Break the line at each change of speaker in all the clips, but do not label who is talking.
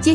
接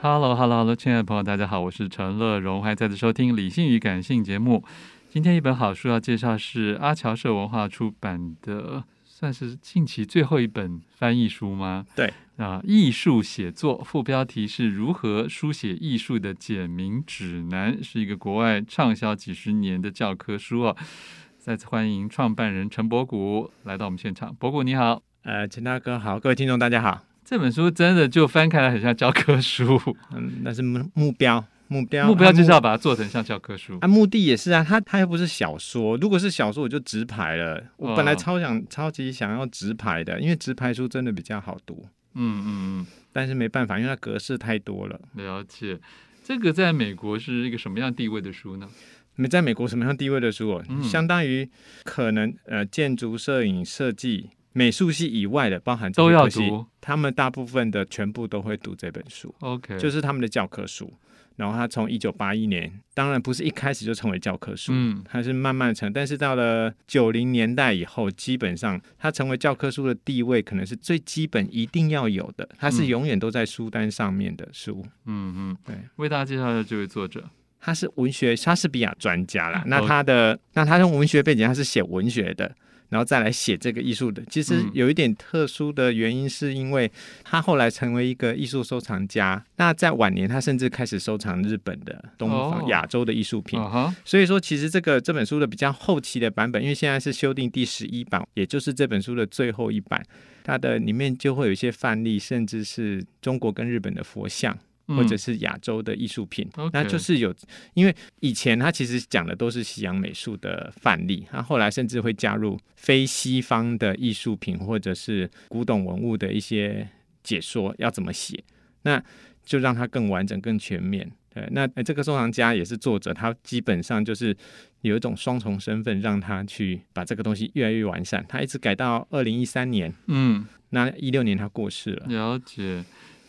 Hello，Hello，Hello，亲爱的朋友，大家好，我是陈乐荣，欢迎再次收听《理性与感性》节目。今天一本好书要介绍是阿乔社文化出版的，算是近期最后一本翻译书吗？
对
啊，艺术写作，副标题是如何书写艺术的简明指南，是一个国外畅销几十年的教科书哦。再次欢迎创办人陈博古来到我们现场，博古你好，
呃，陈大哥好，各位听众大家好。
这本书真的就翻开来很像教科书，
嗯，那是目目标，目标，
目标就是
啊
要把它做成像教科书
目。啊，目的也是啊，它它又不是小说，如果是小说我就直排了。我本来
哦
超想、超级想要直排的，因为直排书真的比较好读，
嗯嗯
但是没办法，因为它格式太多了。
嗯，了解。这个在美国是一个什么样地位的书呢？
你在美国什么样地位的书哦？
嗯
相当于可能呃，建筑、摄影、设计、美术系以外的，包含这些
都要
科系
读。
他们大部分的全部都会读这本书。
OK，
就是是他们的教科书。然后他从一九八一年，当然不是一开始就成为教科书，
嗯
它是慢慢成，但是到了九零年代以后，基本上它成为教科书的地位，可能是最基本一定要有的，它是
嗯
永远都在书单上面的书。
嗯嗯，
对，
为大家介绍一下这位作者。
他是文学莎士比亚专家啦，那
哦
他的那他用文学背景，他是写文学的，然后再来写这个艺术的。其实
嗯
有一点特殊的原因，是因为他后来成为一个艺术收藏家。那在晚年，他甚至开始收藏日本的东
哦
方、亚洲的艺术品。
啊哈，
所以说，其实这个这本书的比较后期的版本，因为现在是修订第十一版，也就是这本书的最后一版，它的里面就会有一些范例，甚至是中国跟日本的佛像。
嗯
或者是亚洲的艺术品，
OK
那就是有，因为以前他其实讲的都是西洋美术的范例，他后来甚至会加入非西方的艺术品或者是古董文物的一些解说要怎么写，那就让它更完整、更全面。对，那呃这个收藏家也是作者，他基本上就是有一种双重身份，让他去把这个东西越来越完善。他一直改到二零一三年，
嗯，
那一六年他过世了。
了解。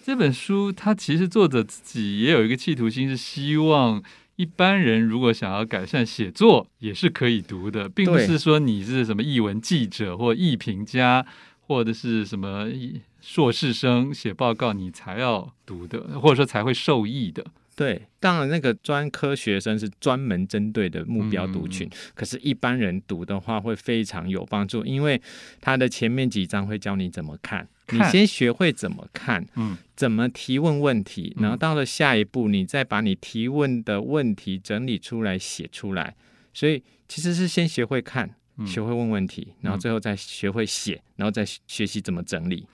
这本书它其实作者自己也有一个企图心，是希望一般人如果想要改善写作，也是可以读的，并不
对
是说你是什么译文记者或译评家，或者是什么译硕士生写报告你才要读的，或者说才会受益的。
对，当然那个专科学生是专门针对的目标读群，
嗯
可是，一般人读的话会非常有帮助，因为它的前面几章会教你怎么看，你
看
先学会怎么看，
嗯
怎么提问问题，
嗯
然后到了下一步，你再把你提问的问题整理出来写出来，所以其实是先学会看。
嗯
学会问问题，然后
嗯
最后再学会写，然后再学习怎么整理。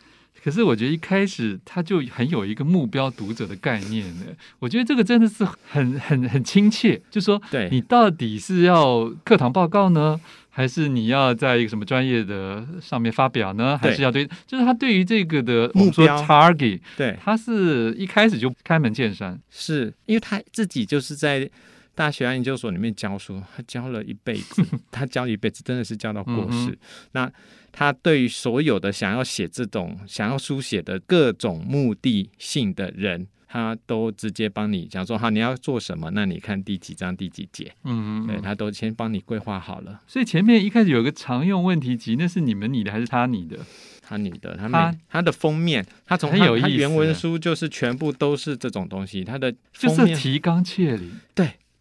可是我觉得一开始他就很有一个目标读者的概念呢，我觉得这个真的是很很很亲切，就说
对
你到底是要课堂报告呢，还是你要在一个什么专业的上面发表呢，还
对
是要对，就是他对于这个的
目
我们说
标
target，
对，
他是一开始就开门见山，
是因为他自己就是在大学啊研究所里面教书，他教了一辈子，他教一辈子真的是教到过世。
嗯
那他对于所有的想要写这种想要书写的各种目的性的人，他都直接帮你讲说，好，你要做什么，那你看第几章第几节，
嗯，
对他都先帮你规划好了。
所以前面一开始有个常用问题集，那是你们你的还是他你的？
他你的，他
它
每他的封面，他从
很
它
有
它
意思
原文
耶
书就是全部都是这种东西，他的
就
封
是
面
提纲挈领，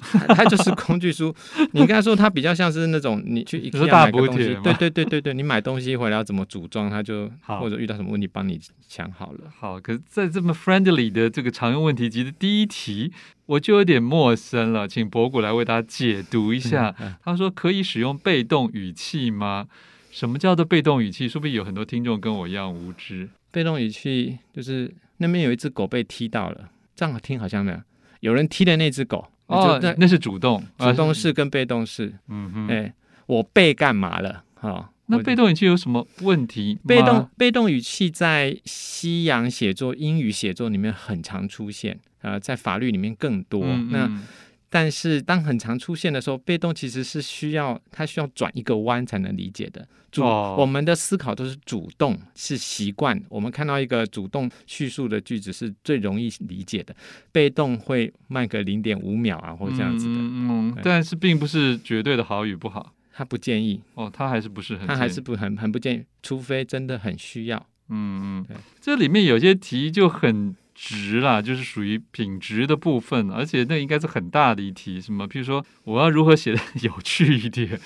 它就是工具书。你刚才说它比较像是那种你去一
你说大
买个
补
东
帖
西
吗，
对对对对对，你买东西回来要怎么组装，它就
好
或者遇到什么问题帮你想好了。
好，可是在这么 friendly 的这个常用问题集的第一题，我就有点陌生了，请博古来为大家解读一
嗯
下。他说可以使用被动语气吗？什么叫做被动语气？说不定有很多听众跟我一样无知。
被动语气就是那边有一只狗被踢到了，这样听好像没有，有人踢的那只狗，
哦
就，那
那是主动，
主动
啊
式跟被动式，
嗯
哎、
哼。
我被干嘛了？好，
那
我
被动语气有什么问题吗？
被动被动语气在西洋写作、英语写作里面很常出现，呃，在法律里面更多。
嗯，
那
嗯
但是当很常出现的时候，被动其实是需要它需要转一个弯才能理解的。主、
哦
我们的思考都是主动，是习惯。我们看到一个主动叙述的句子是最容易理解的，被动会慢个零点五秒啊，或这样子的。
嗯嗯嗯
对
但是并不是绝对的好与不好
他不建议，
哦，他还是不是很
他还
建议
是不很很不建议，除非真的很需要。
嗯
对
嗯，这里面有些题就很直啦，就是属于品质的部分，而且那应该是很大的一题。什么，譬如说我要如何写的 有趣一点，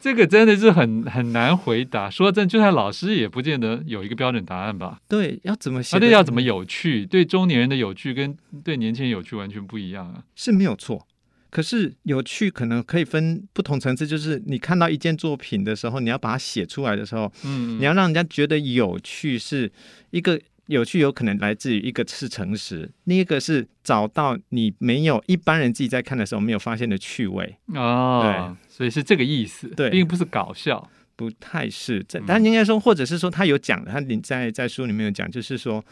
这个真的是很很难回答。说真的，就算老师也不见得有一个标准答案吧。
对，要怎么写
啊，
得？
对，要怎么有趣？对中年人的有趣跟对年轻人有趣完全不一样啊。
是没有错。可是有趣可能可以分不同层次，就是你看到一件作品的时候，你要把它写出来的时候，
嗯，
你要让人家觉得有趣，是一个有趣，有可能来自于一个是诚实，另一个是找到你没有一般人自己在看的时候没有发现的趣味，
哦，所以是这个意思，
对
并不是搞笑。
不太是这
嗯。
但应该说，或者是说他有讲的，他你在在书里面有讲，就是说，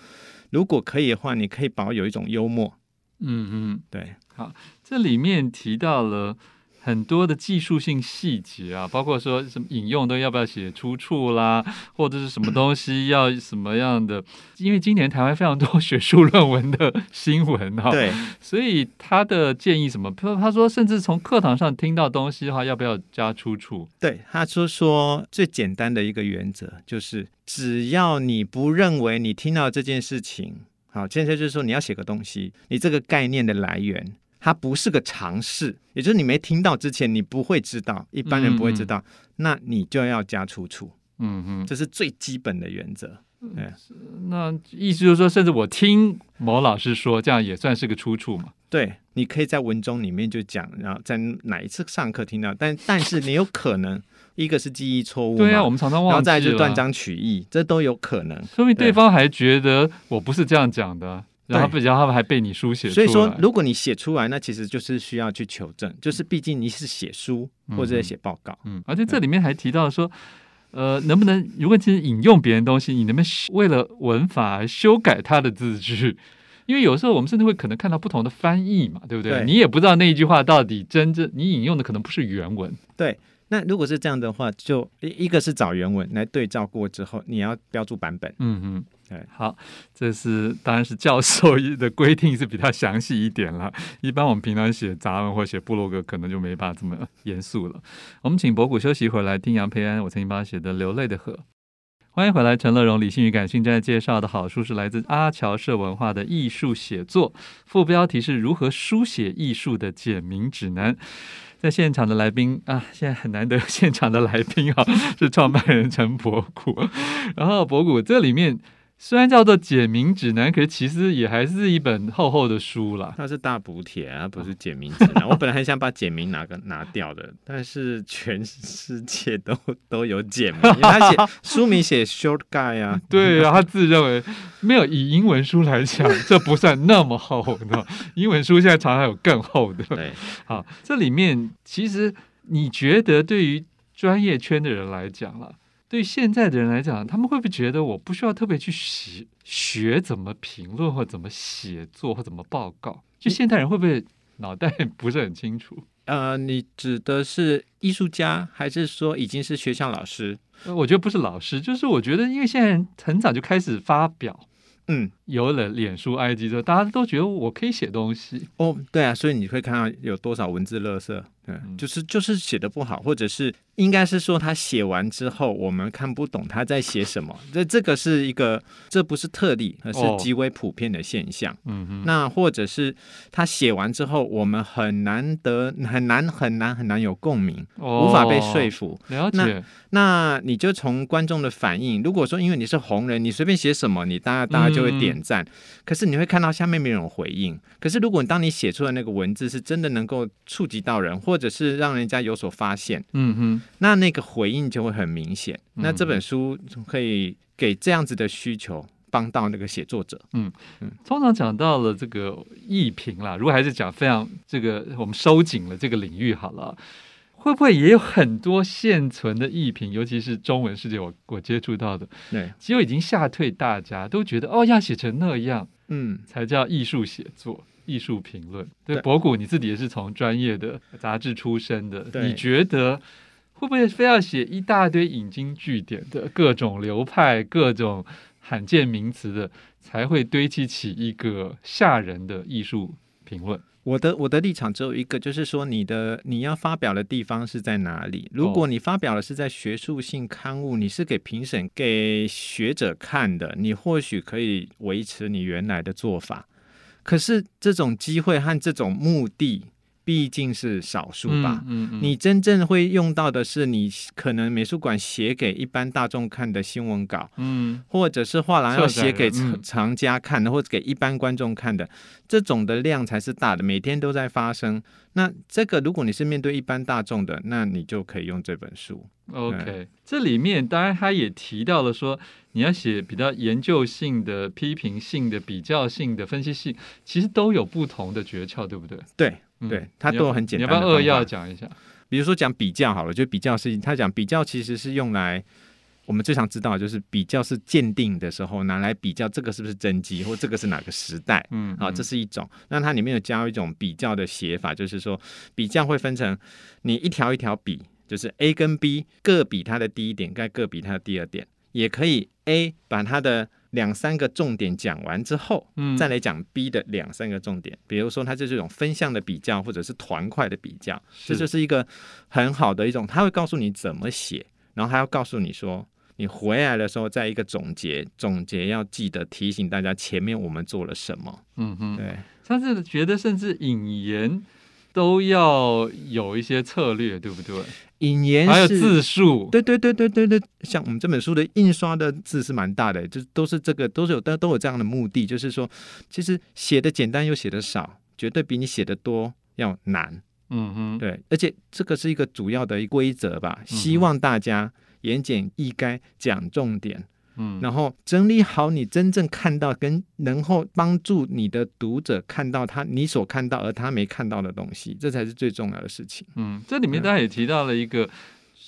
如果可以的话，你可以保有一种幽默，
嗯嗯。
对，
这里面提到了很多的技术性细节啊，包括说什么引用都要不要写出处啦，或者是什么东西要什么样的。因为今年台湾非常多学术论文的新闻哈、
对，
所以他的建议什么？他他说，甚至从课堂上听到东西的话，要不要加出处？
对，他说说最简单的一个原则就是，只要你不认为你听到这件事情，好，现在就是说你要写个东西，你这个概念的来源，它不是个尝试，也就是你没听到之前，你不会知道，一般人不会知道，那你就要加出处，
嗯嗯，
这是最基本的原则。
那意思就是说，甚至我听某老师说，这样也算是个出处嘛？
对，你可以在文中里面就讲，然后在哪一次上课听到，但但是你有可能，一个是记忆错误嘛，
对啊，我们常常
然后
忘记
再
了。
来就断章取义，这都有可能。
说明对
对
方还觉得我不是这样讲的，然后不然后他们还被你书写出
所
来。
以说，如果你写出来，那其实就是需要去求证，就是毕竟你是写书
嗯
或者写报告，
嗯，而且这里面还提到说，呃，能不能如果其实引用别人的东西，你能不能为了文法而修改他的字句？ 因为有时候我们甚至会可能看到不同的翻译嘛，对不对？
对
你也不知道那一句话到底真正你引用的可能不是原文。
对。那如果是这样的话，就一一个是找原文来对照过之后，你要标注版本。
嗯嗯，
对
好，这是当然是教授的规定是比较详细一点了。一般我们平常写杂文或写部落格，可能就没办法这么严肃了。我们请博古休息一会儿，来听杨培安我曾经帮他写的《流泪的河》。欢迎回来，陈乐荣。理性与感性正在介绍的好书是来自阿乔社文化的艺术写作，副标题是“如何书写艺术的简明指南”。在现场的来宾啊，现在很难得有现场的来宾啊，是创办人陈博古。然后博古这里面虽然叫做简明指南，可是其实也还是一本厚厚的书啦。
它是大补帖啊，不是简明指南。我本来很想把简明拿个拿掉的，但是全世界都都有简明，因为他 写书名写 short guy 啊，
对啊，他自认为没有以英文书来讲，这不算那么厚的。英文书现在常常有更厚的。
对，
好，这里面其实你觉得对于专业圈的人来讲了，对于现在的人来讲，他们会不会觉得我不需要特别去学学怎么评论或怎么写作或怎么报告？就现代人会不会脑袋 不是很清楚？
呃，你指的是艺术家，还是说已经是学校老师？
呃我觉得不是老师，就是我觉得因为现在人很早就开始发表，
嗯，
有了脸书、IG 之后，大家都觉得我可以写东西。
哦，对啊，所以你会看到有多少文字垃圾，嗯，就是就是写的不好，或者是应该是说他写完之后我们看不懂他在写什么，这这个是一个这不是特例，而是
哦
极为普遍的现象。
嗯哼，
那或者是他写完之后，我们很难得很难很难很难有共鸣，
哦
无法被说。服。
了解，
那你就从观众的反应，如果说因为你是红人，你随便写什么，你大家大家就会点赞。可是你会看到下面没有人回应。可是如果你当你写出的那个文字是真的能够触及到人，或者是让人家有所发现，
嗯
那那个回应就会很明显。
嗯
那这本书可以给这样子的需求帮到那个写作者。
哼，通常讲到了这个艺评啦，如果还是讲非常这个我们收紧了这个领域好了，会不会也有很多现存的艺评，尤其是中文世界我我接触到的，
对，
其实已经吓退大家，都觉得哦要写成那样
嗯。
才叫艺术写作。艺术评论，对
对
博古你自己也是从专业的杂志出身的，
对
你觉得会不会非要写一大堆引经据典的各种流派、各种罕见名词的，才会堆积起一个吓人的艺术评论？
我的我的立场只有一个，就是说你的你要发表的地方是在哪里？如
哦
果你发表的是在学术性刊物，你是给评审、给学者看的，你或许可以维持你原来的做法。可是这种机会和这种目的，毕竟是少数吧。
嗯嗯嗯
你真正会用到的是，你可能美术馆写给一般大众看的新闻稿，
嗯
或者是画廊要写给
策展
藏
人嗯
藏家看的，或者给一般观众看的，这种的量才是大的，每天都在发生。那这个如果你是面对一般大众的，那你就可以用这本书。
OK，这里面当然他也提到了说，你要写比较研究性的、批评性的、比较性的、分析性，其实都有不同的诀窍，对不对？
对，
嗯
对它
你要
都很简单
你要不要扼
的方
要
法
讲一下？
比如说讲比较好了，就比较是他讲比较其实是用来。我们最常知道的就是比较是鉴定的时候拿来比较这个是不是真迹或这个是哪个时代，
嗯，
啊，
嗯
这是一种。那它里面有加一种比较的写法，就是说比较会分成你一条一条比，就是 A 跟 B 各比它的第一点，再各比它的第二点，也可以 A 把它的两三个重点讲完之后，
嗯
再来讲 B 的两三个重点。比如说，它就是一种分项的比较，或者是团块的比较，这
是
就是一个很好的一种，它会告诉你怎么写，然后还要告诉你说。你回来的时候，再一个总结，总结要记得提醒大家前面我们做了什么。
嗯哼，
对，
他是觉得甚至引言都要有一些策略，对不对？
引言
还有
是
字数，
对对对对对对，像我们这本书的印刷的字是蛮大的，就都是这个，都是有都都有这样的目的，就是说，其实写的简单又写的少，绝对比你写的多要难。
嗯哼，
对，而且这个是一个主要的一规则吧，希望大家言简意赅，讲重点，
嗯，
然后整理好你真正看到跟能够帮助你的读者看到他你所看到而他没看到的东西，这才是最重要的事情。
嗯，这里
嗯
面大家也提到了一个，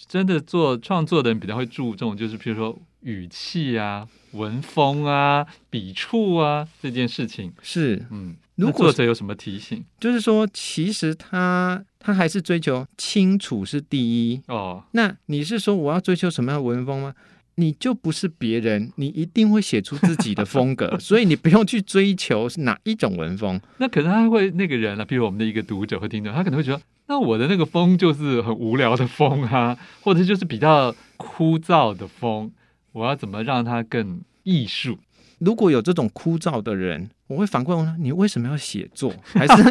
真的做创作的人比较会注重，就是譬如说语气啊、文风啊、笔触啊这件事情。
是，
嗯，
如
那
果
作
是
者有什么提醒？
就是说，其实他他还是追求清楚是第一。
哦，
那你是说我要追求什么样的文风吗？你就不是别人，你一定会写出自己的风格， 所以你不用去追求是哪一种文风。
那可能他会那个人了、譬如我们的一个读者或听众，他可能会觉得，那我的那个风就是很无聊的风啊， 或者就是比较枯燥的风，我要怎么让它更艺术？
如果有这种枯燥的人，我会反过来问他：你为什么要写作？还是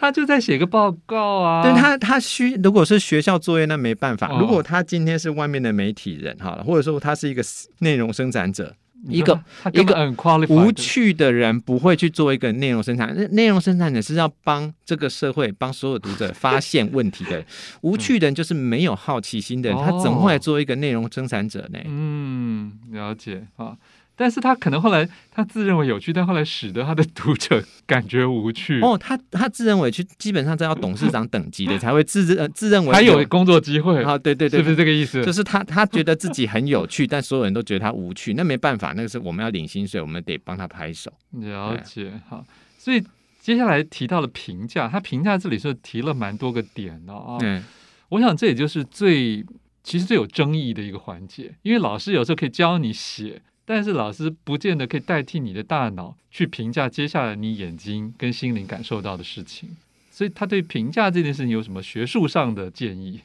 他就在写个报告啊，
对他，他需如果是学校作业，那没办法
哦。
如果他今天是外面的媒体人，好了，或者说他是一个内容生产者，
你
一个
说他根
一个
本很 qualified，
无趣的人不会去做一个内容生产，内内容生产者是要帮这个社会、帮所有读者发现问题的 人。无趣的人就是没有好奇心的人，
嗯哦
他怎么会来做一个内容生产者呢？
嗯，了解啊。但是他可能后来他自认为有趣，但后来使得他的读者感觉无趣，
哦，他他自认为去，基本上这要董事长等级的才会自认、呃自认为
还有工作机会，
啊，对对对，
是不是这个意思？
就是他他觉得自己很有趣，但所有人都觉得他无趣，那没办法，那个是我们要领薪水，我们得帮他拍手。
了解好，所以接下来提到了评价，他评价这里是提了蛮多个点的啊、
嗯，
我想这也就是最其实最有争议的一个环节，因为老师有时候可以教你写，
但是老师不见得可以代替你的大脑去评价接下来你眼睛跟心灵感受到的事情。所以他对评价这件事情有什么学术上的建议？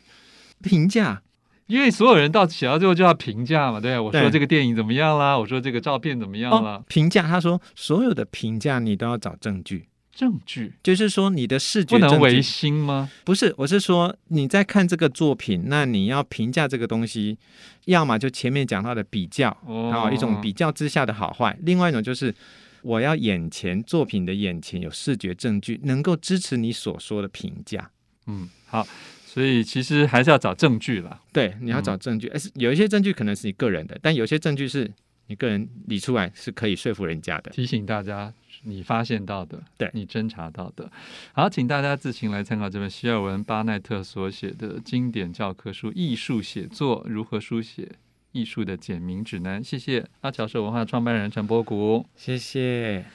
评价，
因为所有人到写到最后就要评价嘛，对不对我说
对
这个电影怎么样啦，我说这个照片怎么样啦，
哦，评价，他说所有的评价你都要找证据，
证据
就是说你的视觉
不能
证
违
据
心吗？
不是，我是说你在看这个作品，那你要评价这个东西，要么就前面讲到的比较，
哦
然后一种比较之下的好坏，另外一种就是我要眼前作品的眼前有视觉证据，能够支持你所说的评价。
嗯，好，所以其实还是要找证据啦。
对，你要找证据，而是有一些证据可能是你个人的，但有些证据是你个人理出来是可以说服人家的。
提醒大家，你发现到的，
对
你侦查到的。好，请大家自行来参考这本希尔文巴奈特所写的经典教科书《艺术写作：如何书写艺术的简明指南》。谢谢阿乔是文化创办人陈波谷。
谢谢。